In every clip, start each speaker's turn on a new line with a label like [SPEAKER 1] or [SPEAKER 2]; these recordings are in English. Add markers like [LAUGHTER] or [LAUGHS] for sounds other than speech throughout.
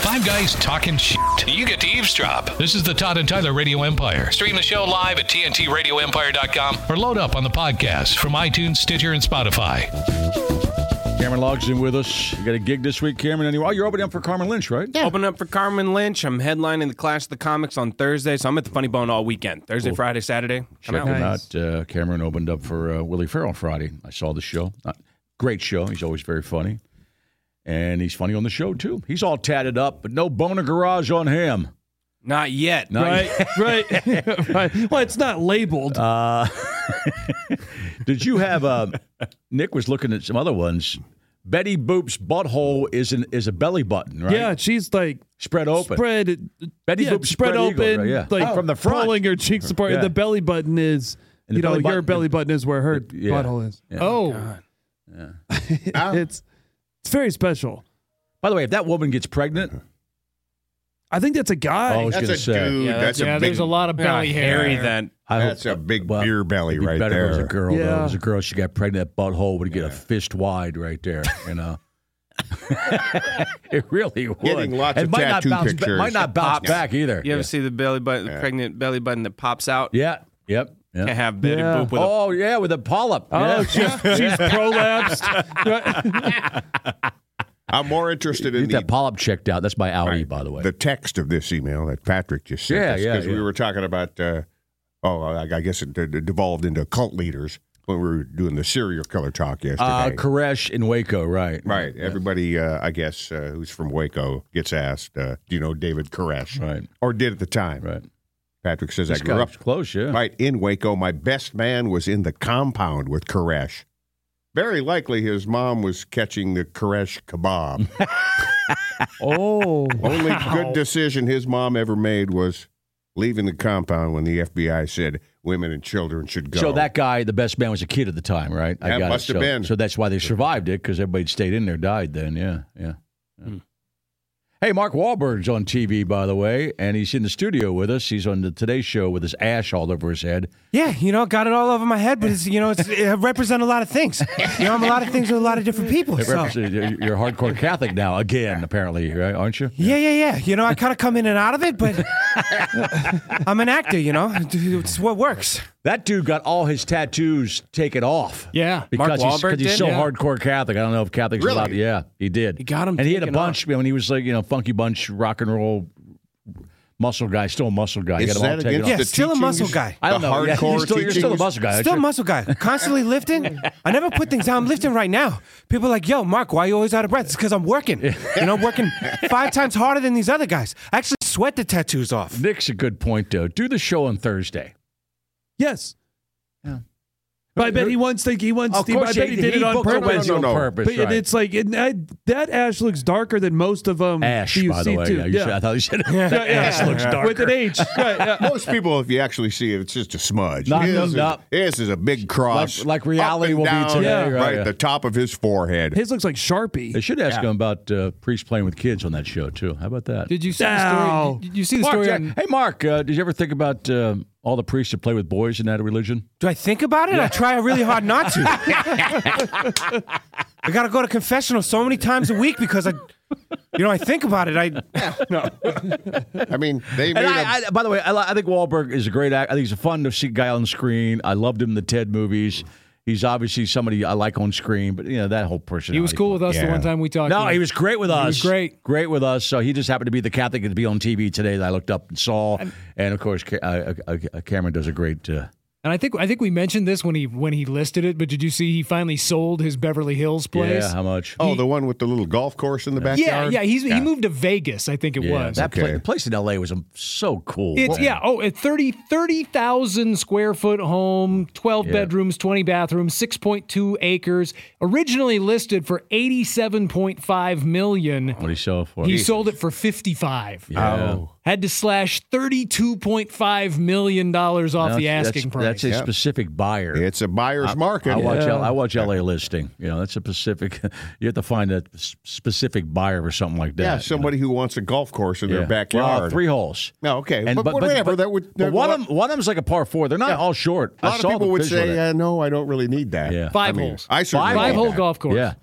[SPEAKER 1] Five guys talking shit. You get to eavesdrop. This is the Todd and Tyler Radio Empire. Stream the show live at TNTRadioEmpire.com or load up on the podcast from iTunes, Stitcher, and Spotify.
[SPEAKER 2] Cameron Logs in with us. You got a gig this week, Cameron? Any- Oh, you're opening up for Carmen Lynch, right?
[SPEAKER 3] Yeah. Open up for Carmen Lynch. I'm headlining the Clash of the Comics on Thursday, so I'm at the Funny Bone all weekend. Thursday, Friday, Saturday. I'm
[SPEAKER 2] Check him out. Uh, Cameron opened up for uh, Willie Farrell Friday. I saw the show. Uh, great show. He's always very funny. And he's funny on the show, too. He's all tatted up, but no bone in garage on him.
[SPEAKER 3] Not yet.
[SPEAKER 2] Not
[SPEAKER 4] Right,
[SPEAKER 5] [LAUGHS]
[SPEAKER 4] right, right. Well, it's not labeled.
[SPEAKER 2] Uh, Did you have uh, [LAUGHS] Nick was looking at some other ones. Betty Boop's butthole is an is a belly button, right?
[SPEAKER 4] Yeah, she's like
[SPEAKER 2] Spread open.
[SPEAKER 4] spread.
[SPEAKER 2] Betty
[SPEAKER 4] yeah,
[SPEAKER 2] Boop
[SPEAKER 4] spread
[SPEAKER 2] spread eagle,
[SPEAKER 4] open.
[SPEAKER 2] right, yeah.
[SPEAKER 4] Like
[SPEAKER 2] Oh, from the front.
[SPEAKER 4] pulling her cheeks apart.
[SPEAKER 2] Yeah.
[SPEAKER 4] The belly button is.
[SPEAKER 2] And the
[SPEAKER 4] you know,
[SPEAKER 2] belly
[SPEAKER 4] your
[SPEAKER 2] button-
[SPEAKER 4] belly button is where her
[SPEAKER 2] Yeah.
[SPEAKER 4] butthole is.
[SPEAKER 2] Yeah.
[SPEAKER 4] Oh,
[SPEAKER 3] [LAUGHS]
[SPEAKER 4] it's it's very special.
[SPEAKER 2] By the way, if that woman gets pregnant,
[SPEAKER 4] I think that's a
[SPEAKER 2] I
[SPEAKER 4] guy.
[SPEAKER 2] was
[SPEAKER 6] That's
[SPEAKER 2] gonna
[SPEAKER 6] a
[SPEAKER 2] say
[SPEAKER 6] dude. that's
[SPEAKER 7] yeah,
[SPEAKER 6] a big,
[SPEAKER 7] there's a lot of
[SPEAKER 3] Yeah,
[SPEAKER 7] belly hair.
[SPEAKER 3] hairy that.
[SPEAKER 2] I hope-
[SPEAKER 6] That's a big
[SPEAKER 2] well,
[SPEAKER 6] beer belly
[SPEAKER 2] it'd be
[SPEAKER 6] right
[SPEAKER 2] better
[SPEAKER 6] there.
[SPEAKER 2] If it was a girl, though. If it was
[SPEAKER 4] Yeah.
[SPEAKER 2] a girl. She got pregnant. That butthole would get a fist wide right there. You
[SPEAKER 6] [LAUGHS]
[SPEAKER 2] know. it really would.
[SPEAKER 6] Getting lots
[SPEAKER 2] it
[SPEAKER 6] of
[SPEAKER 2] might
[SPEAKER 6] tattoo
[SPEAKER 2] not bounce Ba-
[SPEAKER 6] pictures.
[SPEAKER 2] might not bounce
[SPEAKER 3] Pops.
[SPEAKER 2] back either.
[SPEAKER 3] You ever
[SPEAKER 2] yeah.
[SPEAKER 3] see the belly button, the pregnant belly button that pops out?
[SPEAKER 2] yeah. Yep. Yeah.
[SPEAKER 3] Can't have Betty
[SPEAKER 4] Yeah.
[SPEAKER 3] Boop with
[SPEAKER 2] Oh yeah, with a polyp.
[SPEAKER 4] Oh,
[SPEAKER 2] yeah.
[SPEAKER 4] she's, she's prolapsed.
[SPEAKER 6] I'm more interested
[SPEAKER 2] [LAUGHS]
[SPEAKER 6] in
[SPEAKER 2] Get
[SPEAKER 6] the,
[SPEAKER 2] that polyp checked out. That's my outie, by the way.
[SPEAKER 6] the text of this email that Patrick just sent
[SPEAKER 2] Yeah,
[SPEAKER 6] us
[SPEAKER 2] yeah, yeah.
[SPEAKER 6] we were talking about. Uh, oh, I I guess it d- d- devolved into cult leaders when we were doing the serial killer talk yesterday.
[SPEAKER 2] Uh, Koresh in Waco, right?
[SPEAKER 6] Right. Everybody, uh, I guess, uh, who's from Waco gets asked, uh, do you know David Koresh?
[SPEAKER 2] Right.
[SPEAKER 6] Or did at the time.
[SPEAKER 2] Right.
[SPEAKER 6] Patrick says,
[SPEAKER 2] This
[SPEAKER 6] I grew up
[SPEAKER 2] guy's close, yeah.
[SPEAKER 6] right in Waco. My best man was in the compound with Koresh. Very likely his mom was catching the Koresh kebab. [LAUGHS]
[SPEAKER 4] oh,
[SPEAKER 6] Only
[SPEAKER 3] [LAUGHS]
[SPEAKER 6] good decision his mom ever made was leaving the compound when the FBI said women and children should go.
[SPEAKER 2] So that guy, the best man, was a kid at the time, right?
[SPEAKER 6] That
[SPEAKER 2] it.
[SPEAKER 6] must have
[SPEAKER 2] so,
[SPEAKER 6] been.
[SPEAKER 2] So that's why they survived it because everybody stayed in there, died then. Yeah, yeah. yeah. Hey, Mark Wahlberg's on TV, by the way, and he's in the studio with us. He's on the Today Show with his ash all over his head.
[SPEAKER 3] Yeah, you know, got it all over my head, but it's, you know, it's, it represents a lot of things. You know, I'm a lot of things with a lot of different people.
[SPEAKER 2] It represents- you're- you're a hardcore Catholic now, again, apparently, right? Aren't you?
[SPEAKER 3] Yeah, yeah, yeah. You know, I kind of come in and out of it, but
[SPEAKER 4] [LAUGHS]
[SPEAKER 3] I'm an actor, you know? It's what works.
[SPEAKER 2] That dude got all his tattoos taken off.
[SPEAKER 4] Yeah.
[SPEAKER 2] because he's,
[SPEAKER 3] Mark
[SPEAKER 2] 'cause
[SPEAKER 3] Wahlberg
[SPEAKER 2] he's
[SPEAKER 3] did?
[SPEAKER 2] so
[SPEAKER 4] Yeah.
[SPEAKER 2] hardcore Catholic. I don't know if Catholics
[SPEAKER 6] Really?
[SPEAKER 2] allowed. Yeah, he did.
[SPEAKER 4] He got 'em
[SPEAKER 2] and he had a
[SPEAKER 4] taken off.
[SPEAKER 2] bunch. I mean, he was like you know, funky bunch, rock and roll, muscle guy, still a muscle guy. He
[SPEAKER 6] Is
[SPEAKER 2] got 'em all
[SPEAKER 6] that
[SPEAKER 2] taken
[SPEAKER 6] against
[SPEAKER 2] off.
[SPEAKER 3] Yeah,
[SPEAKER 6] the
[SPEAKER 3] still a
[SPEAKER 6] teachings,
[SPEAKER 3] muscle guy.
[SPEAKER 2] I don't
[SPEAKER 6] the
[SPEAKER 2] know. Yeah,
[SPEAKER 6] Hardcore
[SPEAKER 2] you're, still, you're still a
[SPEAKER 6] teachings?
[SPEAKER 2] muscle guy.
[SPEAKER 3] Still a
[SPEAKER 2] Actually,
[SPEAKER 3] muscle guy.
[SPEAKER 4] [LAUGHS]
[SPEAKER 3] Constantly lifting. I never put things down. I'm lifting right now. People are like, yo, Mark, why are you always out of breath? It's because I'm working. You know, I'm working five times harder than these other guys. I actually sweat the tattoos off.
[SPEAKER 2] Nick's a good point though. Do the show on Thursday.
[SPEAKER 4] yes. But I bet he wants. Think he wants.
[SPEAKER 2] Of
[SPEAKER 4] Steve,
[SPEAKER 2] course,
[SPEAKER 4] I bet he, did it on
[SPEAKER 2] booked the
[SPEAKER 4] purpose.
[SPEAKER 2] Wednesday
[SPEAKER 6] No, no,
[SPEAKER 2] on
[SPEAKER 6] no.
[SPEAKER 2] purpose.
[SPEAKER 4] But
[SPEAKER 2] right.
[SPEAKER 4] it's like and I, that ash looks darker than most of them.
[SPEAKER 2] Ash,
[SPEAKER 4] you
[SPEAKER 2] by
[SPEAKER 4] see
[SPEAKER 2] the way.
[SPEAKER 4] Too.
[SPEAKER 2] Yeah, you said- I thought you said
[SPEAKER 4] Yeah, yeah.
[SPEAKER 2] Ash looks darker.
[SPEAKER 4] with an H. Right, yeah.
[SPEAKER 6] Most people, if you actually see it, it's just a smudge.
[SPEAKER 2] No,
[SPEAKER 6] his,
[SPEAKER 2] no,
[SPEAKER 6] is,
[SPEAKER 2] no.
[SPEAKER 6] his is a big
[SPEAKER 2] Like-
[SPEAKER 6] cross.
[SPEAKER 2] like
[SPEAKER 6] up
[SPEAKER 2] reality
[SPEAKER 6] and
[SPEAKER 2] will be
[SPEAKER 6] down,
[SPEAKER 2] today,
[SPEAKER 4] Yeah.
[SPEAKER 6] Right,
[SPEAKER 2] right, yeah.
[SPEAKER 6] at the top of his forehead.
[SPEAKER 4] His looks like Sharpie.
[SPEAKER 2] They should ask him about uh, priests playing with kids on that show too. How about that?
[SPEAKER 7] Did you see the
[SPEAKER 4] Ow.
[SPEAKER 7] story? Did you see the
[SPEAKER 2] Mark,
[SPEAKER 7] story?
[SPEAKER 2] yeah.
[SPEAKER 7] on,
[SPEAKER 2] hey, Mark, uh, did you ever think about um all the priests that play with boys in that religion?
[SPEAKER 3] Do I think about it? I try really hard
[SPEAKER 8] [LAUGHS]
[SPEAKER 3] not to. I gotta go to confessional so many times a week because I, you know, I think
[SPEAKER 8] [LAUGHS]
[SPEAKER 3] about it. I no.
[SPEAKER 6] I mean, they made
[SPEAKER 2] And
[SPEAKER 6] a
[SPEAKER 2] I, I, by the way, I, li- I think Wahlberg is a great act. I think he's a fun to see guy on the screen. I loved him in the Ted movies. He's obviously somebody I like on screen, but you know that whole person.
[SPEAKER 4] He was cool with us the
[SPEAKER 6] Yeah.
[SPEAKER 4] one time we talked.
[SPEAKER 2] No,
[SPEAKER 4] to
[SPEAKER 2] he
[SPEAKER 4] him.
[SPEAKER 2] was great with us.
[SPEAKER 4] was great.
[SPEAKER 2] great with us. So he just happened to be the Catholic to be on TV today that I looked up and saw. and of course, Ca- uh, uh, uh, Cameron does a great. Uh,
[SPEAKER 4] And I think I think we mentioned this when he when he listed it. But did you see he finally sold his Beverly Hills place?
[SPEAKER 2] yeah, how much?
[SPEAKER 6] Oh, the one with the little golf course in the
[SPEAKER 4] yeah,
[SPEAKER 6] backyard.
[SPEAKER 4] yeah, He's he moved to Vegas. I think it
[SPEAKER 2] yeah,
[SPEAKER 4] was.
[SPEAKER 2] that pla-
[SPEAKER 6] Okay.
[SPEAKER 2] the place in L.A. was um, so cool.
[SPEAKER 4] It's yeah. Oh, a 30 30,000 square foot home, 12
[SPEAKER 2] Yeah.
[SPEAKER 4] bedrooms, 20 bathrooms, 6.2 acres. Originally listed for 87.5 million.
[SPEAKER 2] What he Oh. sold for?
[SPEAKER 4] He sold it for 55.
[SPEAKER 2] Yeah.
[SPEAKER 4] Had to slash 32.5 million dollars off
[SPEAKER 2] No,
[SPEAKER 4] the
[SPEAKER 2] that's-
[SPEAKER 4] asking price.
[SPEAKER 2] That's a specific buyer.
[SPEAKER 6] It's a buyer's market.
[SPEAKER 2] I watch,
[SPEAKER 4] Yeah.
[SPEAKER 2] L- I watch LA listing. You know, that's a specific. [LAUGHS] You have to find a s- specific buyer or something like that.
[SPEAKER 6] yeah,
[SPEAKER 2] you
[SPEAKER 6] somebody who wants a golf course in
[SPEAKER 2] know?
[SPEAKER 6] their
[SPEAKER 2] Well,
[SPEAKER 6] backyard.
[SPEAKER 2] three holes.
[SPEAKER 6] No, okay, but,
[SPEAKER 2] but-
[SPEAKER 6] whatever.
[SPEAKER 2] but-
[SPEAKER 6] that would.
[SPEAKER 2] but one, of them, one of them's like a par four. They're not all short.
[SPEAKER 6] A
[SPEAKER 2] I
[SPEAKER 6] lot
[SPEAKER 2] saw
[SPEAKER 6] of people
[SPEAKER 2] the
[SPEAKER 6] would
[SPEAKER 2] visual of
[SPEAKER 6] say,
[SPEAKER 2] that.
[SPEAKER 6] uh, "No, I don't really need that."
[SPEAKER 2] Yeah.
[SPEAKER 4] Five
[SPEAKER 6] I mean,
[SPEAKER 4] holes.
[SPEAKER 6] I certainly
[SPEAKER 4] Five
[SPEAKER 6] need
[SPEAKER 4] hole
[SPEAKER 6] that.
[SPEAKER 4] golf course.
[SPEAKER 2] yeah,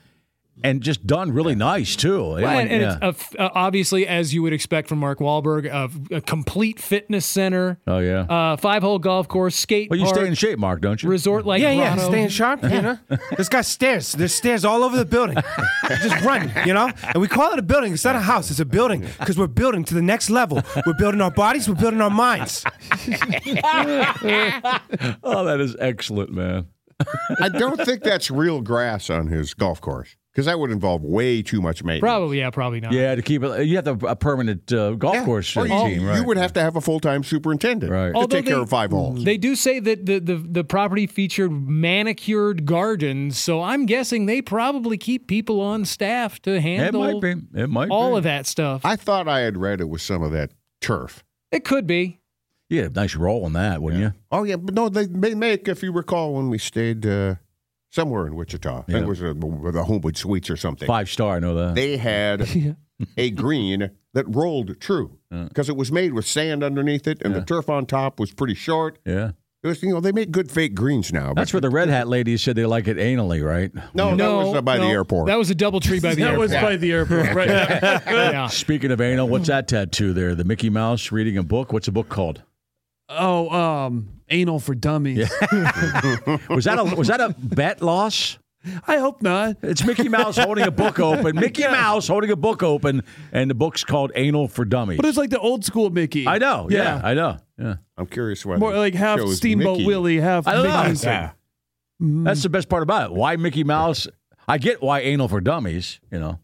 [SPEAKER 2] and just done really nice too. It
[SPEAKER 4] Well,
[SPEAKER 2] went-
[SPEAKER 4] and and
[SPEAKER 2] yeah.
[SPEAKER 4] it's a f- uh, obviously, as you would expect from Mark Wahlberg, a, a complete fitness center,
[SPEAKER 2] oh yeah.
[SPEAKER 4] uh, five hole golf course, skate
[SPEAKER 2] well, you
[SPEAKER 4] park,
[SPEAKER 2] stay in shape, Mark, don't you?
[SPEAKER 4] resort like
[SPEAKER 3] yeah, yeah,
[SPEAKER 4] grotto.
[SPEAKER 3] staying sharp, you know. This guy's stairs. There's stairs all over the building. Just run, you know. And we call it a building. It's not a house. It's a building because we're building to the next level. We're building our bodies. We're building our minds.
[SPEAKER 2] oh, that is excellent, man.
[SPEAKER 6] I don't think that's real grass on his golf course because that would involve way too much maintenance.
[SPEAKER 4] Probably, yeah, probably not.
[SPEAKER 2] Yeah, to keep it, you have to have a permanent uh, golf
[SPEAKER 6] Yeah.
[SPEAKER 2] course uh,
[SPEAKER 6] Or you,
[SPEAKER 2] team,
[SPEAKER 6] you
[SPEAKER 2] right?
[SPEAKER 6] would have to have a full time superintendent
[SPEAKER 2] Right.
[SPEAKER 6] to
[SPEAKER 4] Oh, Although
[SPEAKER 6] take care
[SPEAKER 4] they-
[SPEAKER 6] of five holes.
[SPEAKER 4] They do say that the, the, the property featured manicured gardens, so I'm guessing they probably keep people on staff to
[SPEAKER 2] it
[SPEAKER 4] handle
[SPEAKER 2] might be. It might
[SPEAKER 4] all
[SPEAKER 2] be.
[SPEAKER 4] of that stuff.
[SPEAKER 6] I thought I had read it was some of that turf.
[SPEAKER 4] it could be.
[SPEAKER 2] You had a nice roll on that, wouldn't you?
[SPEAKER 6] Oh yeah, but no, they may make if you recall when we stayed uh, somewhere in Wichita. I think
[SPEAKER 2] Yeah.
[SPEAKER 6] it was uh, the Homewood Suites or something.
[SPEAKER 2] Five star, I know that.
[SPEAKER 6] They had a green that rolled true because it was made with sand underneath it, and the turf on top was pretty short.
[SPEAKER 2] yeah.
[SPEAKER 6] It was, you know, they make good fake greens now.
[SPEAKER 2] That's
[SPEAKER 6] But
[SPEAKER 2] where the red hat lady said they like it anally, right?
[SPEAKER 6] no,
[SPEAKER 4] no,
[SPEAKER 6] that was uh, by the
[SPEAKER 4] no,
[SPEAKER 6] airport.
[SPEAKER 4] That was a double
[SPEAKER 6] [LAUGHS]
[SPEAKER 4] tree by the
[SPEAKER 8] That
[SPEAKER 4] airport.
[SPEAKER 8] was by the airport, right?
[SPEAKER 4] yeah.
[SPEAKER 2] Speaking of anal, what's that tattoo there? The Mickey Mouse reading a book. What's the book called?
[SPEAKER 8] [LAUGHS] oh, um, anal for dummies.
[SPEAKER 2] Was that a was that a bet loss?
[SPEAKER 8] I hope not.
[SPEAKER 2] It's Mickey Mouse holding a book open. Mickey Mouse holding a book open, and the book's called Anal for Dummies.
[SPEAKER 8] But it's like the old school Mickey.
[SPEAKER 2] I know. Yeah, I know. Yeah,
[SPEAKER 6] I'm curious why
[SPEAKER 8] More
[SPEAKER 6] they
[SPEAKER 8] like half
[SPEAKER 6] chose
[SPEAKER 8] Steamboat
[SPEAKER 6] Mickey.
[SPEAKER 8] Willie, half
[SPEAKER 2] I don't know.
[SPEAKER 8] Mickey's.
[SPEAKER 6] Yeah.
[SPEAKER 2] that's the best part about it. Why Mickey Mouse? I get why Anal for Dummies. You know,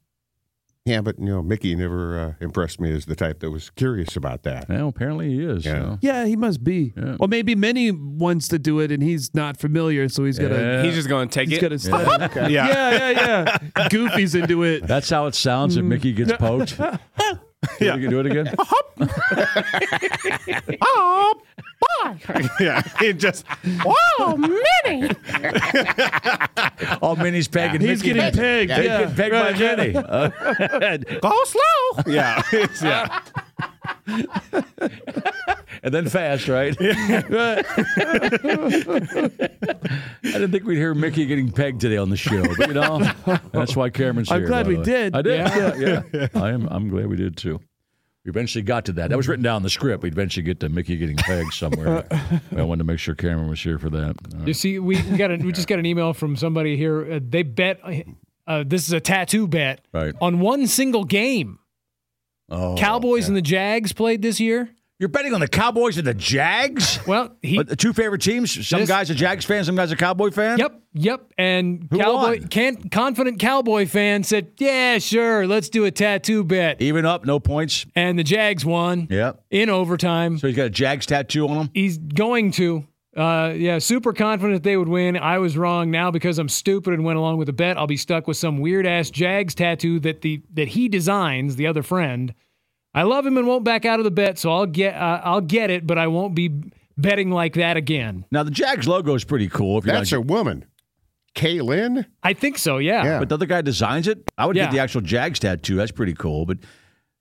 [SPEAKER 6] Yeah, but you know, Mickey never uh, impressed me as the type that was curious about that.
[SPEAKER 2] well, apparently he is.
[SPEAKER 6] Yeah.
[SPEAKER 2] You know?
[SPEAKER 8] Yeah, he must be.
[SPEAKER 2] Yeah.
[SPEAKER 8] Well, maybe Minnie wants to do it, and he's not familiar, so he's gonna.
[SPEAKER 2] Yeah.
[SPEAKER 5] [LAUGHS] He's just going to take
[SPEAKER 8] He's
[SPEAKER 5] it.
[SPEAKER 8] gonna stop. Yeah, [LAUGHS] yeah, yeah. Goofy's into it.
[SPEAKER 2] [LAUGHS] That's how it sounds if
[SPEAKER 8] Mm. [LAUGHS]
[SPEAKER 2] Mickey gets poked. yeah. You can do it again.
[SPEAKER 5] yeah, it just
[SPEAKER 2] Oh, Minnie's pegging.
[SPEAKER 8] He's
[SPEAKER 2] Mickey.
[SPEAKER 8] getting pegged.
[SPEAKER 2] He's
[SPEAKER 8] Yeah.
[SPEAKER 2] getting pegged
[SPEAKER 8] Right,
[SPEAKER 2] by
[SPEAKER 8] yeah.
[SPEAKER 2] Minnie. Uh, [LAUGHS]
[SPEAKER 3] Go slow.
[SPEAKER 5] yeah, it's, yeah.
[SPEAKER 2] and then fast, right? [LAUGHS] I didn't think we'd hear Mickey getting pegged today on the show, but you know, that's why Cameron's
[SPEAKER 8] I'm
[SPEAKER 2] here.
[SPEAKER 8] glad
[SPEAKER 2] by
[SPEAKER 8] we
[SPEAKER 2] the way.
[SPEAKER 8] did.
[SPEAKER 2] I did. Yeah. yeah, I am. I'm glad we did too. We eventually got to that. That was written down in the script. We'd eventually get to Mickey getting pegged somewhere. I wanted to make sure Cameron was here for that. All right.
[SPEAKER 4] You see, we we got a, we just got an email from somebody here. Uh, they bet uh, this is a tattoo bet
[SPEAKER 2] Right.
[SPEAKER 4] on one single game.
[SPEAKER 2] Oh,
[SPEAKER 4] Cowboys and the Jags played this year.
[SPEAKER 2] You're betting on the Cowboys and the Jags.
[SPEAKER 4] Well, he.
[SPEAKER 2] But the two favorite teams. Some
[SPEAKER 4] This-
[SPEAKER 2] guys a Jags fan. Some guys a Cowboy fan.
[SPEAKER 4] Yep, yep. And
[SPEAKER 2] Who
[SPEAKER 4] cowboy,
[SPEAKER 2] won?
[SPEAKER 4] can confident cowboy fan said, "Yeah, sure, let's do a tattoo bet."
[SPEAKER 2] Even up, no points.
[SPEAKER 4] And the Jags won
[SPEAKER 2] Yep.
[SPEAKER 4] in overtime.
[SPEAKER 2] So he's got a Jags tattoo on him.
[SPEAKER 4] He's going to. Uh, yeah, super confident they would win. I was wrong. Now because I'm stupid and went along with the bet, I'll be stuck with some weird ass Jags tattoo that the that he designs. The other friend, I love him and won't back out of the bet, so I'll get uh, I'll get it, but I won't be betting like that again.
[SPEAKER 2] Now the Jags logo is pretty cool. If you're
[SPEAKER 6] That's
[SPEAKER 2] not,
[SPEAKER 6] a woman, Kaylin.
[SPEAKER 4] I think so. Yeah.
[SPEAKER 6] Yeah.
[SPEAKER 2] but the other guy designs it. I would
[SPEAKER 4] Yeah.
[SPEAKER 2] get the actual Jags tattoo. That's pretty cool. But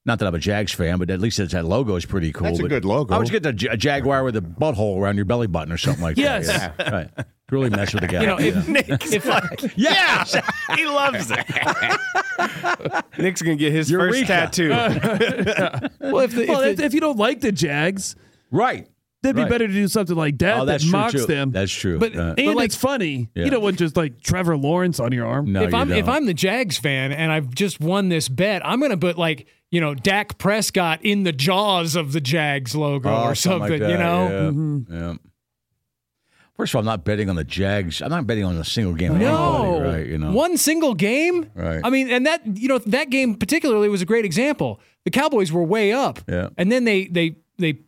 [SPEAKER 2] not that I'm a Jags fan, but at least it's, that logo is pretty cool.
[SPEAKER 6] That's a
[SPEAKER 2] But
[SPEAKER 6] good logo.
[SPEAKER 2] I would just get the J- a Jaguar with a butthole around your belly button or something like
[SPEAKER 4] Yes.
[SPEAKER 2] that. Yes, right. To Really mess with the guy.
[SPEAKER 4] You know, if,
[SPEAKER 2] yeah.
[SPEAKER 4] if
[SPEAKER 2] Yes!
[SPEAKER 5] he loves it. Nick's gonna get his
[SPEAKER 2] Eureka. [LAUGHS]
[SPEAKER 5] [LAUGHS] first tattoo.
[SPEAKER 4] well, if the,
[SPEAKER 8] Well,
[SPEAKER 4] if
[SPEAKER 8] if,
[SPEAKER 4] the-
[SPEAKER 8] if you don't like the Jags,
[SPEAKER 2] [LAUGHS] right.
[SPEAKER 4] That'd
[SPEAKER 2] Right.
[SPEAKER 4] be better to do something like that
[SPEAKER 2] Oh,
[SPEAKER 4] that
[SPEAKER 2] that's true,
[SPEAKER 4] mocks
[SPEAKER 2] too.
[SPEAKER 4] them.
[SPEAKER 2] That's true.
[SPEAKER 4] But
[SPEAKER 2] Uh,
[SPEAKER 4] and
[SPEAKER 2] But, like-
[SPEAKER 4] it's funny.
[SPEAKER 2] Yeah.
[SPEAKER 4] You don't want just like Trevor Lawrence on your arm.
[SPEAKER 2] No,
[SPEAKER 4] If
[SPEAKER 2] you
[SPEAKER 4] I'm
[SPEAKER 7] I'm, if
[SPEAKER 2] don't.
[SPEAKER 7] I'm the Jags fan and I've just won this bet, I'm gonna put like you know Dak Prescott in the jaws of the Jags logo
[SPEAKER 2] Oh,
[SPEAKER 7] or something.
[SPEAKER 2] like that,
[SPEAKER 7] you know,
[SPEAKER 2] Yeah. yeah. First of all, I'm not betting on the Jags. I'm not betting on a single game. of
[SPEAKER 7] no,
[SPEAKER 2] anybody, right? You know.
[SPEAKER 7] one single game.
[SPEAKER 2] Right.
[SPEAKER 7] I mean, and that you know that game particularly was a great example. The Cowboys were way up,
[SPEAKER 2] Yeah.
[SPEAKER 7] and then they they they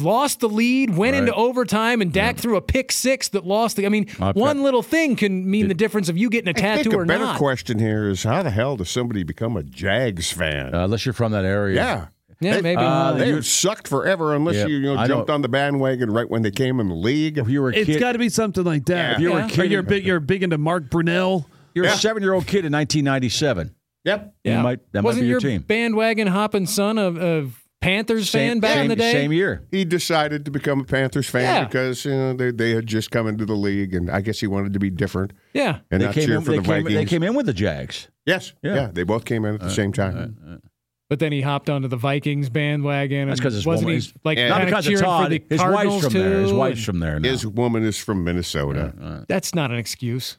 [SPEAKER 7] lost the lead, went
[SPEAKER 2] Right.
[SPEAKER 7] into overtime, and Dak threw a pick six that lost the. I mean,
[SPEAKER 2] I-
[SPEAKER 7] one little thing can mean the difference of you getting a
[SPEAKER 6] I
[SPEAKER 7] tattoo
[SPEAKER 6] think a
[SPEAKER 7] or
[SPEAKER 6] better
[SPEAKER 7] not.
[SPEAKER 6] question here is how the hell does somebody become a Jags fan?
[SPEAKER 2] Uh, unless you're from that area.
[SPEAKER 6] yeah.
[SPEAKER 7] Yeah,
[SPEAKER 6] They-
[SPEAKER 7] maybe.
[SPEAKER 2] Uh,
[SPEAKER 6] they
[SPEAKER 2] you-
[SPEAKER 6] have sucked forever unless
[SPEAKER 2] Yeah,
[SPEAKER 6] you, you
[SPEAKER 2] I
[SPEAKER 6] know, jumped
[SPEAKER 2] know.
[SPEAKER 6] on the bandwagon right when they came in the league.
[SPEAKER 2] If you were a
[SPEAKER 4] It's
[SPEAKER 2] kid,
[SPEAKER 4] got to be something like that.
[SPEAKER 6] If you
[SPEAKER 2] were a
[SPEAKER 4] Or
[SPEAKER 2] kid-
[SPEAKER 4] you're big. You're big into Mark Brunell.
[SPEAKER 2] you're a
[SPEAKER 6] Yeah.
[SPEAKER 2] seven-year-old kid in 1997.
[SPEAKER 6] Yep.
[SPEAKER 2] You might, that
[SPEAKER 7] Wasn't
[SPEAKER 2] might be your,
[SPEAKER 7] your,
[SPEAKER 2] team.
[SPEAKER 7] bandwagon hopping son of, of Panthers fan
[SPEAKER 2] Same-
[SPEAKER 7] back in
[SPEAKER 2] same-
[SPEAKER 7] the day?
[SPEAKER 2] Same year.
[SPEAKER 6] He decided to become a Panthers fan
[SPEAKER 7] Yeah.
[SPEAKER 6] because you know, they, they had just come into the league, and I guess he wanted to be different
[SPEAKER 7] Yeah.
[SPEAKER 6] and
[SPEAKER 2] they
[SPEAKER 6] not
[SPEAKER 2] came
[SPEAKER 6] cheer
[SPEAKER 2] in,
[SPEAKER 6] for
[SPEAKER 2] they
[SPEAKER 6] the
[SPEAKER 2] came,
[SPEAKER 6] Vikings.
[SPEAKER 2] They came in with the Jags.
[SPEAKER 6] Yes.
[SPEAKER 2] Yeah.
[SPEAKER 6] Yeah. They both came in at the same time.
[SPEAKER 7] But then he hopped onto the Vikings bandwagon.
[SPEAKER 2] That's
[SPEAKER 7] and
[SPEAKER 2] 'cause his
[SPEAKER 7] wasn't
[SPEAKER 2] woman-
[SPEAKER 7] he, like
[SPEAKER 6] Yeah.
[SPEAKER 7] kinda
[SPEAKER 2] Not because of
[SPEAKER 7] cheering
[SPEAKER 2] Todd.
[SPEAKER 7] for the
[SPEAKER 2] His
[SPEAKER 7] Cardinals
[SPEAKER 2] wife's from there. His
[SPEAKER 7] too?
[SPEAKER 2] wife's from there. Now.
[SPEAKER 6] His woman is from Minnesota.
[SPEAKER 7] That's not an excuse.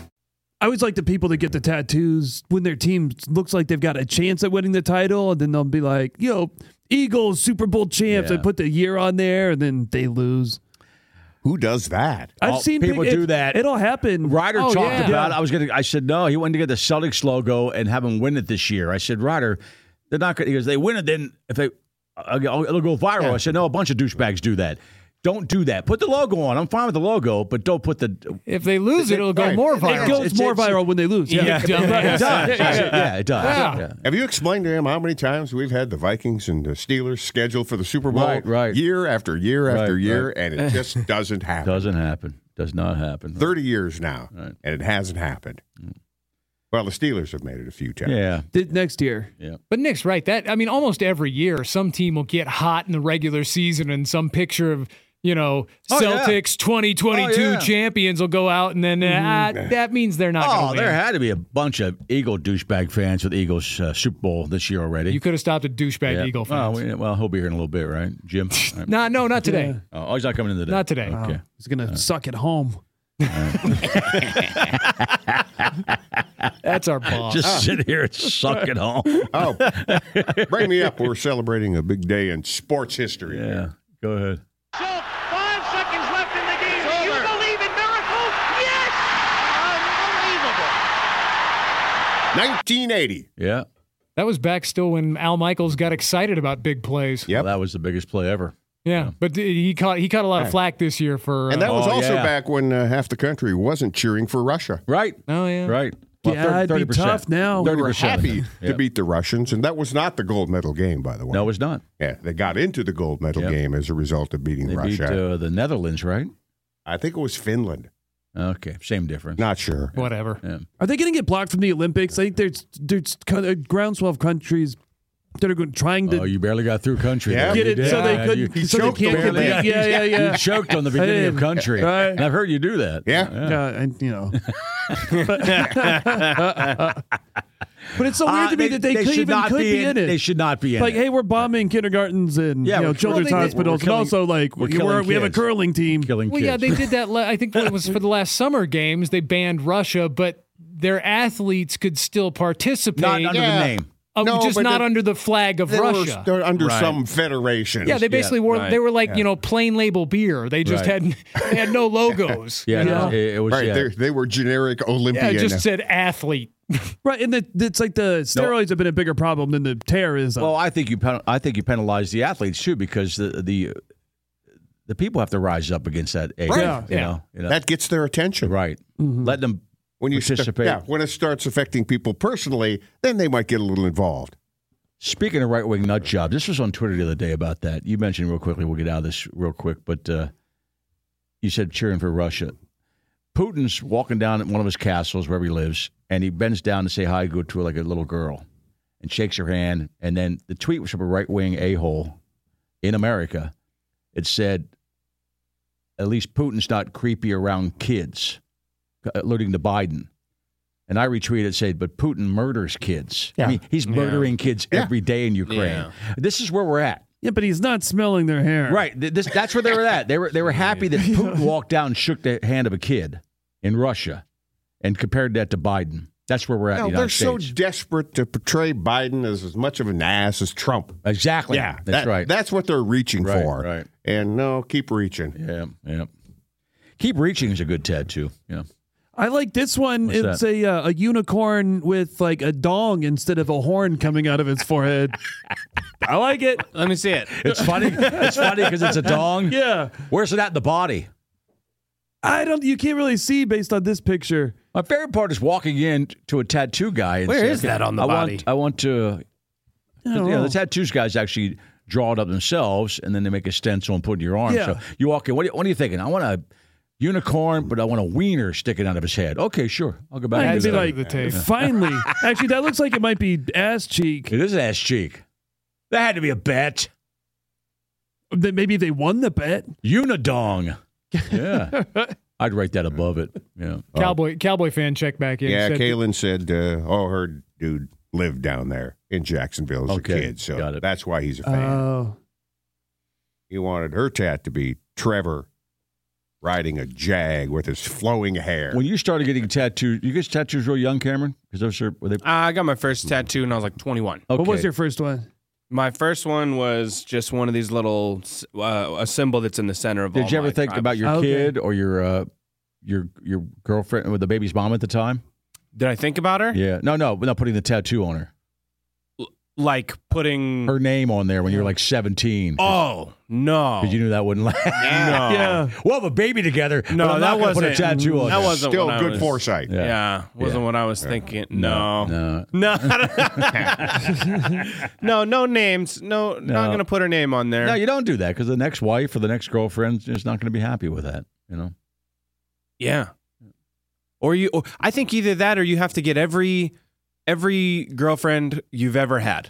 [SPEAKER 4] I always like the people that get the tattoos when their team looks like they've got a chance at winning the title, and then they'll be like, "Yo, Eagles Super Bowl champs."
[SPEAKER 2] Yeah.
[SPEAKER 4] They put the year on there, and then they lose.
[SPEAKER 6] Who does that?
[SPEAKER 4] I've
[SPEAKER 2] All-
[SPEAKER 4] seen
[SPEAKER 2] people
[SPEAKER 4] pic-
[SPEAKER 2] do
[SPEAKER 4] it-
[SPEAKER 2] that.
[SPEAKER 4] It'll happen.
[SPEAKER 2] Ryder
[SPEAKER 7] Oh,
[SPEAKER 2] talked
[SPEAKER 7] yeah.
[SPEAKER 2] about. it. I was gonna. I said no. He wanted to get the Celtics logo and have him win it this year. I said Ryder, they're not gonna. Because they win it, then if they, uh, it'll go viral. I said no. A bunch of douchebags do that. Don't do that. Put the logo on. I'm fine with the logo, but don't put the.
[SPEAKER 7] If they lose it, it'll go
[SPEAKER 6] Right.
[SPEAKER 7] more
[SPEAKER 4] It
[SPEAKER 7] viral.
[SPEAKER 4] goes
[SPEAKER 2] It's-
[SPEAKER 4] more
[SPEAKER 2] it's-
[SPEAKER 4] viral when they lose.
[SPEAKER 7] You dumbass.
[SPEAKER 2] It does. I said, yeah, it does.
[SPEAKER 7] Yeah.
[SPEAKER 2] Yeah.
[SPEAKER 6] Have you explained to him how many times we've had the Vikings and the Steelers scheduled for the Super Bowl
[SPEAKER 2] Right, right.
[SPEAKER 6] year after year after
[SPEAKER 2] Right,
[SPEAKER 6] year,
[SPEAKER 2] right.
[SPEAKER 6] and it
[SPEAKER 2] [LAUGHS]
[SPEAKER 6] just doesn't happen?
[SPEAKER 2] Doesn't happen. Does not happen.
[SPEAKER 6] 30 years now,
[SPEAKER 2] Right.
[SPEAKER 6] and it hasn't happened. Well, the Steelers have made it a few times.
[SPEAKER 2] Yeah.
[SPEAKER 4] Th- Next year,
[SPEAKER 7] But Nick's right. That I mean, almost every year, some team will get hot in the regular season, and some picture of you know
[SPEAKER 2] Oh, yeah.
[SPEAKER 7] Celtics 2022
[SPEAKER 2] Oh, yeah.
[SPEAKER 7] champions will go out, and then uh, ah, that means they're not.
[SPEAKER 2] Oh,
[SPEAKER 7] gonna
[SPEAKER 2] there
[SPEAKER 7] win.
[SPEAKER 2] had to be a bunch of Eagle douchebag fans with Eagles uh, Super Bowl this year already.
[SPEAKER 7] You could have stopped a douchebag
[SPEAKER 2] Yeah.
[SPEAKER 7] Eagle
[SPEAKER 2] Well,
[SPEAKER 7] fans.
[SPEAKER 2] Oh, we- well, he'll be here in a little bit, right,
[SPEAKER 7] [LAUGHS]
[SPEAKER 2] Jim? All right.
[SPEAKER 7] Nah, no, not today.
[SPEAKER 2] Oh, he's not coming in today.
[SPEAKER 7] Not today.
[SPEAKER 2] Okay.
[SPEAKER 4] he's gonna suck
[SPEAKER 2] [LAUGHS]
[SPEAKER 4] at home.
[SPEAKER 7] That's our boss.
[SPEAKER 2] Just sit here and suck it
[SPEAKER 4] [LAUGHS]
[SPEAKER 2] home.
[SPEAKER 6] Oh, [LAUGHS] bring me up. We're celebrating a big day in sports history.
[SPEAKER 2] Yeah. Go ahead.
[SPEAKER 9] Five seconds left in the game. Do you believe in miracles? Yes! Unbelievable.
[SPEAKER 6] 1980.
[SPEAKER 2] Yeah.
[SPEAKER 7] that was back still when Al Michaels got excited about big plays.
[SPEAKER 6] Yep.
[SPEAKER 2] Well, that was the biggest play ever.
[SPEAKER 7] Yeah, but he caught he caught a lot of flack this year for.
[SPEAKER 6] And that
[SPEAKER 7] uh,
[SPEAKER 6] was
[SPEAKER 2] Oh,
[SPEAKER 6] also
[SPEAKER 2] yeah.
[SPEAKER 6] back when uh, half the country wasn't cheering for Russia.
[SPEAKER 2] Right.
[SPEAKER 7] oh yeah,
[SPEAKER 2] Right.
[SPEAKER 4] Yeah, it'd be tough now.
[SPEAKER 6] We were
[SPEAKER 2] 30%.
[SPEAKER 6] happy
[SPEAKER 2] Yeah.
[SPEAKER 6] to beat the Russians, and that was not the gold medal game, by the way.
[SPEAKER 2] No, it's not.
[SPEAKER 6] Yeah, they got into the gold medal
[SPEAKER 2] Yep.
[SPEAKER 6] game as a result of beating
[SPEAKER 2] They
[SPEAKER 6] Russia.
[SPEAKER 2] beat uh, the Netherlands, right?
[SPEAKER 6] I think it was Finland.
[SPEAKER 2] Okay. Same difference.
[SPEAKER 6] Not sure.
[SPEAKER 7] Whatever.
[SPEAKER 2] Yeah.
[SPEAKER 4] Are they going to get blocked from the Olympics? I think there's there's kind of uh, groundswell of countries that are going, trying to
[SPEAKER 2] Oh, you barely got through country.
[SPEAKER 6] Yeah.
[SPEAKER 2] there.
[SPEAKER 4] get
[SPEAKER 2] You
[SPEAKER 4] it
[SPEAKER 2] did.
[SPEAKER 4] so they
[SPEAKER 2] Yeah,
[SPEAKER 4] couldn't
[SPEAKER 2] you-
[SPEAKER 4] so they
[SPEAKER 6] choked
[SPEAKER 4] can't
[SPEAKER 6] barely.
[SPEAKER 4] compete.
[SPEAKER 2] [LAUGHS]
[SPEAKER 4] Yeah, yeah, yeah.
[SPEAKER 2] You choked on the beginning of
[SPEAKER 4] did.
[SPEAKER 2] country.
[SPEAKER 4] Right.
[SPEAKER 2] And I've heard you do that.
[SPEAKER 6] Yeah.
[SPEAKER 4] yeah, and you know. [LAUGHS] but it's so weird
[SPEAKER 2] Uh,
[SPEAKER 4] to me that they, could
[SPEAKER 2] should
[SPEAKER 4] even
[SPEAKER 2] not
[SPEAKER 4] could be in, it.
[SPEAKER 2] They should not be in
[SPEAKER 4] like,
[SPEAKER 2] it.
[SPEAKER 4] hey, we're bombing kindergartens and
[SPEAKER 2] Yeah,
[SPEAKER 4] you
[SPEAKER 2] we're
[SPEAKER 4] know
[SPEAKER 2] killing-
[SPEAKER 4] children's
[SPEAKER 2] Well, they-
[SPEAKER 4] hospitals,
[SPEAKER 2] we're killing-
[SPEAKER 4] and also like
[SPEAKER 2] we're
[SPEAKER 4] we- we're-
[SPEAKER 2] killing
[SPEAKER 4] we have a
[SPEAKER 2] kids.
[SPEAKER 4] curling team.
[SPEAKER 2] killing
[SPEAKER 7] Well,
[SPEAKER 2] kids.
[SPEAKER 7] yeah, they did that. la- I think it was for the last summer games. They banned Russia, but their athletes could still participate.
[SPEAKER 2] not under
[SPEAKER 6] Yeah.
[SPEAKER 2] the name.
[SPEAKER 7] Uh,
[SPEAKER 6] No,
[SPEAKER 7] just
[SPEAKER 6] but
[SPEAKER 7] not
[SPEAKER 6] they-
[SPEAKER 7] under the flag of
[SPEAKER 6] they were
[SPEAKER 7] Russia.
[SPEAKER 6] st- uh, under some federation.
[SPEAKER 7] Yeah, they basically wore. They were like
[SPEAKER 6] Yeah.
[SPEAKER 7] you know plain label beer. They just
[SPEAKER 6] Right.
[SPEAKER 7] had they
[SPEAKER 2] [LAUGHS]
[SPEAKER 7] had no logos. you know?
[SPEAKER 6] right. They, they were generic Olympian.
[SPEAKER 4] Yeah, just
[SPEAKER 7] said athlete. [LAUGHS]
[SPEAKER 4] right, and the, it's like the steroids have been a bigger problem than the terrorism.
[SPEAKER 2] Well, I think you pen- I think you penalize the athletes too because the the the people have to rise up against that. Age,
[SPEAKER 6] Right.
[SPEAKER 2] You,
[SPEAKER 6] Yeah. Mm-hmm.
[SPEAKER 2] Know, you know?
[SPEAKER 6] That gets their attention.
[SPEAKER 2] Right. Let them
[SPEAKER 6] when you sta-
[SPEAKER 2] participate.
[SPEAKER 6] yeah, when it starts affecting people personally, then they might get a little involved.
[SPEAKER 2] Speaking of right wing nut jobs, this was on Twitter the other day about that. You mentioned real quickly. We'll get out of this real quick, but uh, you said cheering for Russia. Putin's walking down at one of his castles wherever he lives, and he bends down to say hi go to like a little girl, and shakes her hand. And then the tweet was from a right wing a hole in America. It said, "At least Putin's not creepy around kids," alluding to Biden. And I retweeted saying, "But Putin murders kids. I
[SPEAKER 4] Yeah.
[SPEAKER 2] mean, he's
[SPEAKER 4] Yeah.
[SPEAKER 2] murdering kids
[SPEAKER 4] Yeah.
[SPEAKER 2] every day in Ukraine.
[SPEAKER 4] Yeah.
[SPEAKER 2] This is where we're at."
[SPEAKER 4] yeah, but he's not smelling their hair.
[SPEAKER 2] Right. Th- This, that's where they were at. They were they were happy
[SPEAKER 4] [LAUGHS]
[SPEAKER 2] that Putin walked down and shook the hand of a kid in Russia, and compared that to Biden. That's where we're at.
[SPEAKER 6] No,
[SPEAKER 2] in the
[SPEAKER 6] they're
[SPEAKER 2] United
[SPEAKER 6] so
[SPEAKER 2] States.
[SPEAKER 6] desperate to portray Biden as as much of an ass as Trump.
[SPEAKER 2] Exactly.
[SPEAKER 6] Yeah,
[SPEAKER 2] That's
[SPEAKER 6] that-
[SPEAKER 2] right.
[SPEAKER 6] That's what they're reaching
[SPEAKER 2] Right,
[SPEAKER 6] for.
[SPEAKER 2] right.
[SPEAKER 6] And no, keep reaching.
[SPEAKER 2] Yeah. Yeah. Keep reaching is a good tattoo.
[SPEAKER 4] [LAUGHS]
[SPEAKER 2] Yeah.
[SPEAKER 4] I like this one.
[SPEAKER 2] What's
[SPEAKER 4] it's
[SPEAKER 2] that?
[SPEAKER 4] a uh, a unicorn with like a dong instead of a horn coming out of
[SPEAKER 2] [LAUGHS]
[SPEAKER 4] its forehead. I like it.
[SPEAKER 5] Let me see it.
[SPEAKER 2] It's funny. it's funny because it's a dong.
[SPEAKER 4] Yeah.
[SPEAKER 2] Where's it at in the body?
[SPEAKER 4] I don't. You can't really see based on this picture.
[SPEAKER 2] My favorite part is walking in to a tattoo guy. And
[SPEAKER 4] Where
[SPEAKER 2] saying,
[SPEAKER 4] is that on the
[SPEAKER 2] I
[SPEAKER 4] body?"
[SPEAKER 2] Want, I want to.
[SPEAKER 4] I
[SPEAKER 2] you
[SPEAKER 4] don't
[SPEAKER 2] know,
[SPEAKER 4] know.
[SPEAKER 2] the tattoos guys actually draw it up themselves, and then they make a stencil and put it in your arm.
[SPEAKER 4] Yeah.
[SPEAKER 2] So you walk in. What are you, what are you thinking? I want a unicorn, but I want a wiener sticking out of his head. Okay, sure. I'll go back.
[SPEAKER 4] I'd
[SPEAKER 2] and do
[SPEAKER 4] be
[SPEAKER 2] that.
[SPEAKER 4] like,
[SPEAKER 2] Yeah. [LAUGHS]
[SPEAKER 4] finally. Actually, that looks like it might be ass cheek.
[SPEAKER 2] It is ass cheek. That had to be a bet.
[SPEAKER 4] Then maybe they won the bet.
[SPEAKER 2] Unadong.
[SPEAKER 4] [LAUGHS]
[SPEAKER 2] Yeah. I'd write that above it. Yeah.
[SPEAKER 7] Cowboy Cowboy fan check back in.
[SPEAKER 6] Yeah,
[SPEAKER 7] said-
[SPEAKER 6] Kaylin said, uh, "Oh, her dude lived down there in Jacksonville as
[SPEAKER 2] Okay,
[SPEAKER 6] a kid, so
[SPEAKER 2] got it. Uh,
[SPEAKER 6] that's why he's a fan.
[SPEAKER 4] Oh,
[SPEAKER 6] he wanted her tat to be Trevor riding a jag with his flowing hair.
[SPEAKER 2] When you started getting tattoos, you get tattoos real young, Cameron, because those are were they.
[SPEAKER 5] Ah, I got my first tattoo when I was like 21.
[SPEAKER 2] Okay.
[SPEAKER 4] what was your first one?
[SPEAKER 5] My first one was just one of these little uh, a symbol that's in the center of. all
[SPEAKER 2] Did you ever
[SPEAKER 5] my
[SPEAKER 2] think
[SPEAKER 5] tribal-
[SPEAKER 2] about your
[SPEAKER 4] Okay.
[SPEAKER 2] kid or your uh, your your girlfriend with the baby's mom at the time?
[SPEAKER 5] Did I think about her?
[SPEAKER 2] Yeah. No, no, not putting the tattoo on her.
[SPEAKER 5] Like putting.
[SPEAKER 2] Her name on there when you were like 17.
[SPEAKER 5] oh no!
[SPEAKER 2] Because you knew that wouldn't last. [LAUGHS]
[SPEAKER 5] [LAUGHS] no.
[SPEAKER 4] Yeah.
[SPEAKER 2] We'll have a baby together. but
[SPEAKER 5] No,
[SPEAKER 2] I'm
[SPEAKER 5] that
[SPEAKER 2] not gonna
[SPEAKER 5] wasn't
[SPEAKER 2] Put a tattoo on
[SPEAKER 5] That
[SPEAKER 2] there.
[SPEAKER 5] wasn't
[SPEAKER 6] Still
[SPEAKER 5] what I
[SPEAKER 6] good
[SPEAKER 5] was-
[SPEAKER 6] foresight.
[SPEAKER 5] Yeah, wasn't what I was thinking. No,
[SPEAKER 2] No.
[SPEAKER 5] no, [LAUGHS] no, no names. No, not gonna put her name on there.
[SPEAKER 2] No, you don't do that because the next wife or the next girlfriend is not going to be happy with that. You know.
[SPEAKER 5] yeah, or you. Or, I think either that or you have to get every every girlfriend you've ever had.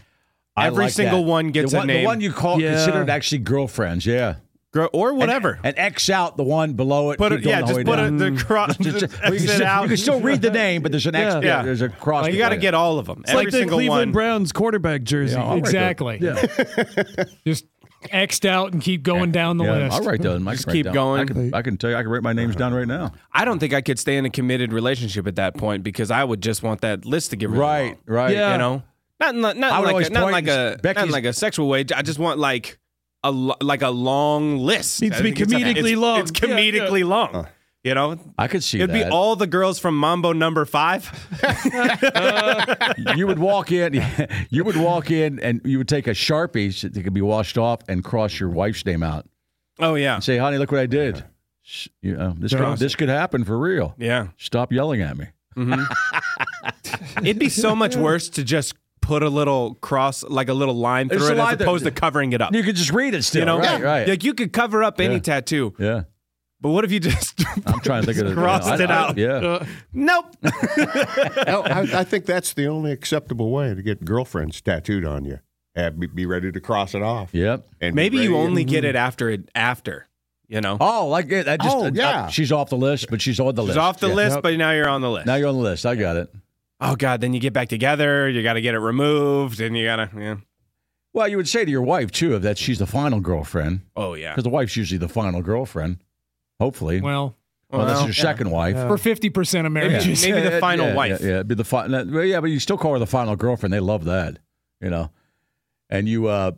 [SPEAKER 2] I
[SPEAKER 5] Every
[SPEAKER 2] like
[SPEAKER 5] single
[SPEAKER 2] that.
[SPEAKER 5] one gets
[SPEAKER 2] the
[SPEAKER 5] a
[SPEAKER 2] one,
[SPEAKER 5] name.
[SPEAKER 2] The one you call
[SPEAKER 4] Yeah.
[SPEAKER 2] considered actually girlfriends. Yeah.
[SPEAKER 5] Gr- or whatever.
[SPEAKER 2] And, and X out the one below it.
[SPEAKER 5] Put
[SPEAKER 2] keep
[SPEAKER 5] it,
[SPEAKER 2] going
[SPEAKER 5] yeah,
[SPEAKER 2] the
[SPEAKER 5] just
[SPEAKER 2] way
[SPEAKER 5] put
[SPEAKER 2] down. [LAUGHS]
[SPEAKER 5] it the cross.
[SPEAKER 2] Just-
[SPEAKER 5] Just,
[SPEAKER 2] just- well, you, can
[SPEAKER 5] exit
[SPEAKER 2] still,
[SPEAKER 5] out.
[SPEAKER 2] you can still read the name, but there's an X.
[SPEAKER 4] Yeah.
[SPEAKER 2] Yeah.
[SPEAKER 5] Yeah.
[SPEAKER 2] There's a cross.
[SPEAKER 5] you got to
[SPEAKER 2] between
[SPEAKER 5] get
[SPEAKER 2] it.
[SPEAKER 5] all of them.
[SPEAKER 4] It's
[SPEAKER 5] every
[SPEAKER 4] like the
[SPEAKER 5] single
[SPEAKER 4] Cleveland
[SPEAKER 5] one.
[SPEAKER 4] Browns quarterback jersey.
[SPEAKER 2] Yeah, I'll write
[SPEAKER 7] exactly.
[SPEAKER 4] Yeah.
[SPEAKER 7] [LAUGHS] Just xed out and keep going down the
[SPEAKER 2] Yeah,
[SPEAKER 7] list.
[SPEAKER 2] I'll write those. I
[SPEAKER 5] Just
[SPEAKER 2] can write
[SPEAKER 5] keep
[SPEAKER 2] down.
[SPEAKER 5] going.
[SPEAKER 2] I can, I can tell you. I can write my names down right now.
[SPEAKER 5] I don't think I could stay in a committed relationship at that point because I would just want that list to get rid
[SPEAKER 2] Right. Right.
[SPEAKER 4] Yeah.
[SPEAKER 5] You know, not not,
[SPEAKER 2] I
[SPEAKER 5] not
[SPEAKER 2] would
[SPEAKER 5] like
[SPEAKER 2] always
[SPEAKER 5] a, not
[SPEAKER 2] point
[SPEAKER 5] like a
[SPEAKER 2] and-
[SPEAKER 5] not
[SPEAKER 2] Becky's-
[SPEAKER 5] like a sexual way. I just want [LAUGHS] like a lo- like a long list.
[SPEAKER 4] Needs to
[SPEAKER 5] I
[SPEAKER 4] be
[SPEAKER 5] think it's a-
[SPEAKER 4] comedically
[SPEAKER 5] it's-
[SPEAKER 4] long.
[SPEAKER 5] It's
[SPEAKER 4] Yeah, yeah.
[SPEAKER 5] comedically long. You know,
[SPEAKER 2] I could see
[SPEAKER 5] it'd
[SPEAKER 2] that.
[SPEAKER 5] be all the girls from Mambo Number Five.
[SPEAKER 2] you would walk in, [LAUGHS] you would walk in, and you would take a sharpie so that could be washed off and cross your wife's name out.
[SPEAKER 5] Oh yeah,
[SPEAKER 2] Say, honey, look what I did. Sh- You know, this could, this could happen for real.
[SPEAKER 5] yeah.
[SPEAKER 2] Stop yelling at me.
[SPEAKER 5] It'd be so much worse to just put a little cross, like a little line
[SPEAKER 2] There's
[SPEAKER 5] through
[SPEAKER 2] a
[SPEAKER 5] it,
[SPEAKER 2] line
[SPEAKER 5] as
[SPEAKER 2] that-
[SPEAKER 5] opposed to covering it up.
[SPEAKER 2] You could just read it still.
[SPEAKER 5] You know,
[SPEAKER 2] right? Right.
[SPEAKER 5] Like you could cover up any
[SPEAKER 2] Yeah.
[SPEAKER 5] tattoo,
[SPEAKER 2] yeah.
[SPEAKER 5] but what if you just [LAUGHS]
[SPEAKER 2] I'm trying to think of
[SPEAKER 3] [LAUGHS]
[SPEAKER 2] the
[SPEAKER 5] crossed
[SPEAKER 2] I-
[SPEAKER 5] it
[SPEAKER 2] I-
[SPEAKER 5] out?
[SPEAKER 2] yeah.
[SPEAKER 5] nope?
[SPEAKER 6] No, I, I think that's the only acceptable way to get girlfriends tattooed on you. Have, be, be ready to cross it off.
[SPEAKER 2] Yep.
[SPEAKER 6] And be
[SPEAKER 5] Maybe you
[SPEAKER 6] ready-
[SPEAKER 5] only
[SPEAKER 2] Mm-hmm.
[SPEAKER 5] get it after it after. You know,
[SPEAKER 2] Oh, like it. I just,
[SPEAKER 6] Oh, yeah.
[SPEAKER 2] she's off the list, but she's on the
[SPEAKER 5] it's
[SPEAKER 2] list.
[SPEAKER 5] off the
[SPEAKER 2] Yeah.
[SPEAKER 5] list,
[SPEAKER 2] Yep.
[SPEAKER 5] but now you're on the list.
[SPEAKER 2] now you're on the list. I got it.
[SPEAKER 5] oh god, then you get back together. You got to get it removed, and you gotta. Yeah.
[SPEAKER 2] Well, you would say to your wife too if that she's the final girlfriend
[SPEAKER 5] Oh yeah.
[SPEAKER 2] because the wife's usually the final girlfriend. Hopefully,
[SPEAKER 7] Well,
[SPEAKER 2] Well, that's
[SPEAKER 5] Well,
[SPEAKER 2] your second wife.
[SPEAKER 7] for fifty percent of marriages,
[SPEAKER 5] [LAUGHS] Maybe the final
[SPEAKER 2] yeah,
[SPEAKER 5] wife.
[SPEAKER 2] Yeah, yeah, it'd be the fi- well, yeah, but you still call her the final girlfriend. They love that. you know, and you uh,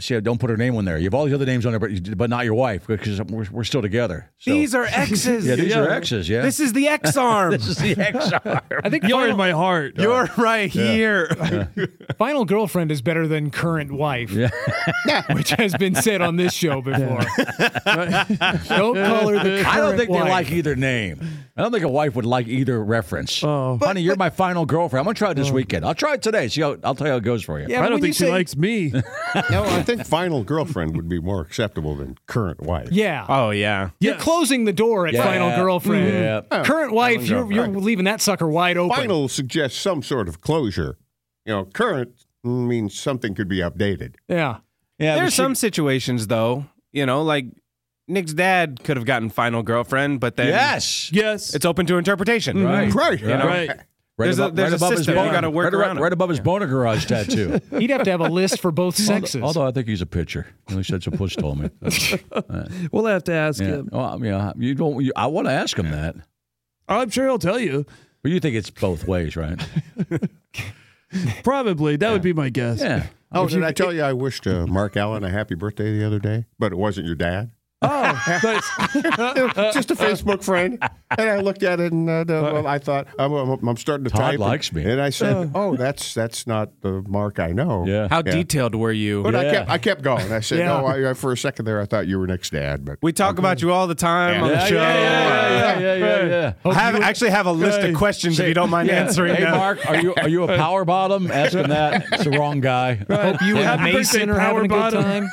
[SPEAKER 2] she don't put her name on there. You have all these other names on there, but but not your wife because we're, we're still together. So-
[SPEAKER 3] These are
[SPEAKER 2] [LAUGHS]
[SPEAKER 3] X's.
[SPEAKER 2] yeah, these are X's. Yeah,
[SPEAKER 3] This is
[SPEAKER 7] [LAUGHS]
[SPEAKER 3] the X arm.
[SPEAKER 2] this is [LAUGHS] the X arm.
[SPEAKER 7] I think
[SPEAKER 4] You're
[SPEAKER 7] final,
[SPEAKER 4] in my heart.
[SPEAKER 5] You're right
[SPEAKER 2] Yeah.
[SPEAKER 5] here.
[SPEAKER 7] final girlfriend is better than current wife, which has been said on this show before. don't call her the current
[SPEAKER 2] I don't think
[SPEAKER 7] wife.
[SPEAKER 2] they like either name. I don't think a wife would like either reference. Oh, honey, you're my final girlfriend. I'm gonna try it this weekend. I'll try it today. See how I'll tell you how it goes for you.
[SPEAKER 4] I don't think she
[SPEAKER 2] [LAUGHS]
[SPEAKER 4] likes me.
[SPEAKER 6] [LAUGHS] No, I think final girlfriend would be more acceptable than current wife.
[SPEAKER 7] Yeah.
[SPEAKER 5] Oh yeah.
[SPEAKER 7] You're closing the door at
[SPEAKER 2] Yeah. Mm-hmm.
[SPEAKER 7] final girlfriend.
[SPEAKER 2] Yeah.
[SPEAKER 7] Current wife,
[SPEAKER 6] Final
[SPEAKER 7] you're, you're
[SPEAKER 6] girlfriend.
[SPEAKER 7] leaving that sucker wide open.
[SPEAKER 6] Final suggests some sort of closure. You know, current means something could be updated.
[SPEAKER 7] Yeah.
[SPEAKER 2] Yeah, but
[SPEAKER 5] There's
[SPEAKER 2] she-
[SPEAKER 5] some situations though, you know, like Nick's dad could have gotten final girlfriend, but then
[SPEAKER 2] Yes. Mm-hmm.
[SPEAKER 4] yes.
[SPEAKER 5] it's open to interpretation.
[SPEAKER 2] Right.
[SPEAKER 6] Right.
[SPEAKER 5] You know?
[SPEAKER 4] Right.
[SPEAKER 2] Right
[SPEAKER 5] There's a-
[SPEAKER 2] above,
[SPEAKER 5] there's
[SPEAKER 2] right
[SPEAKER 5] a
[SPEAKER 2] above his
[SPEAKER 5] system. You
[SPEAKER 2] boner-
[SPEAKER 5] gotta work
[SPEAKER 2] right,
[SPEAKER 5] around
[SPEAKER 2] right,
[SPEAKER 5] it.
[SPEAKER 2] right above his boner garage
[SPEAKER 5] [LAUGHS]
[SPEAKER 2] tattoo.
[SPEAKER 7] He'd have to have a list for both sexes.
[SPEAKER 2] although, although I think he's a pitcher. At least that's what Push told
[SPEAKER 5] [LAUGHS]
[SPEAKER 2] me.
[SPEAKER 4] We'll have to ask
[SPEAKER 2] Yeah.
[SPEAKER 4] him.
[SPEAKER 2] Well, I mean, I- you don't. You, I want to ask him that,
[SPEAKER 4] I'm sure he'll tell you.
[SPEAKER 2] but you think it's both ways,
[SPEAKER 5] [LAUGHS]
[SPEAKER 2] right?
[SPEAKER 4] Probably. That would be my guess.
[SPEAKER 2] Yeah.
[SPEAKER 6] Oh, did I tell you I wished uh, Mark Allen a happy birthday the other day? But it wasn't your dad.
[SPEAKER 4] Oh, but
[SPEAKER 6] [LAUGHS] Just
[SPEAKER 2] [LAUGHS]
[SPEAKER 6] a Facebook friend. And I looked at it and uh, the- well, I thought, I'm, I'm, I'm starting to
[SPEAKER 2] Todd
[SPEAKER 6] type.
[SPEAKER 2] likes
[SPEAKER 6] and,
[SPEAKER 2] me.
[SPEAKER 6] And
[SPEAKER 2] [LAUGHS]
[SPEAKER 6] I said, oh, that's that's not the Mark I know.
[SPEAKER 2] Yeah.
[SPEAKER 5] How
[SPEAKER 6] Yeah.
[SPEAKER 5] detailed were you?
[SPEAKER 6] But I
[SPEAKER 2] Yeah.
[SPEAKER 6] kept I kept going. I said,
[SPEAKER 7] Yeah.
[SPEAKER 6] no, I, I, for a second there, I thought you were Nick's dad. But
[SPEAKER 5] We talk about you all the time on the
[SPEAKER 2] Yeah,
[SPEAKER 5] show.
[SPEAKER 2] yeah, yeah, yeah, yeah, yeah, yeah.
[SPEAKER 5] I have, actually have a list
[SPEAKER 4] Hey,
[SPEAKER 5] of questions if you don't mind answering
[SPEAKER 2] Hey,
[SPEAKER 5] them.
[SPEAKER 2] Mark, are you are you
[SPEAKER 5] [LAUGHS]
[SPEAKER 2] a power bottom? Ask him that. It's the wrong guy.
[SPEAKER 7] Hope you and
[SPEAKER 4] Happy birthday,
[SPEAKER 7] Mason are having a
[SPEAKER 4] Power
[SPEAKER 7] good time.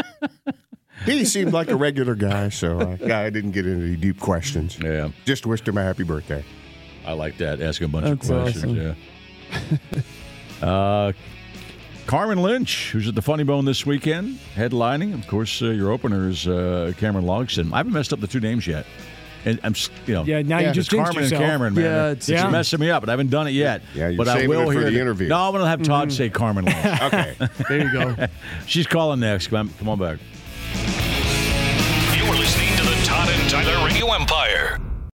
[SPEAKER 5] [LAUGHS]
[SPEAKER 6] he seemed like a regular guy, so I, I didn't get into any deep questions.
[SPEAKER 2] [LAUGHS] Yeah,
[SPEAKER 6] Just wished him a happy birthday.
[SPEAKER 2] I like that. Asking a bunch
[SPEAKER 4] That's
[SPEAKER 2] of questions.
[SPEAKER 4] awesome.
[SPEAKER 7] [LAUGHS]
[SPEAKER 2] Yeah. uh, Carmen Lynch, who's at the Funny Bone this weekend, headlining. Of course, uh, your opener is uh, Cameron Logson. I haven't messed up the two names yet, and I'm s- you know
[SPEAKER 7] Yeah, now you
[SPEAKER 6] Yeah,
[SPEAKER 7] just
[SPEAKER 2] It's
[SPEAKER 7] jinxed
[SPEAKER 2] Carmen
[SPEAKER 7] yourself.
[SPEAKER 2] and Cameron, man.
[SPEAKER 4] Yeah,
[SPEAKER 2] it's,
[SPEAKER 4] it's-
[SPEAKER 7] Yeah.
[SPEAKER 2] messing me up, and I haven't done it yet.
[SPEAKER 6] Yeah, you're
[SPEAKER 2] but I
[SPEAKER 6] saving
[SPEAKER 2] will
[SPEAKER 6] it for
[SPEAKER 2] hear
[SPEAKER 6] the interview.
[SPEAKER 2] No, I'm gonna have Todd
[SPEAKER 7] Mm-hmm.
[SPEAKER 2] say
[SPEAKER 7] [LAUGHS]
[SPEAKER 2] Carmen. Lynch. [LAUGHS]
[SPEAKER 6] Okay.
[SPEAKER 4] there you go.
[SPEAKER 2] She's calling next. Come on, come on back.
[SPEAKER 1] You're listening to the Todd and Tyler Radio Empire.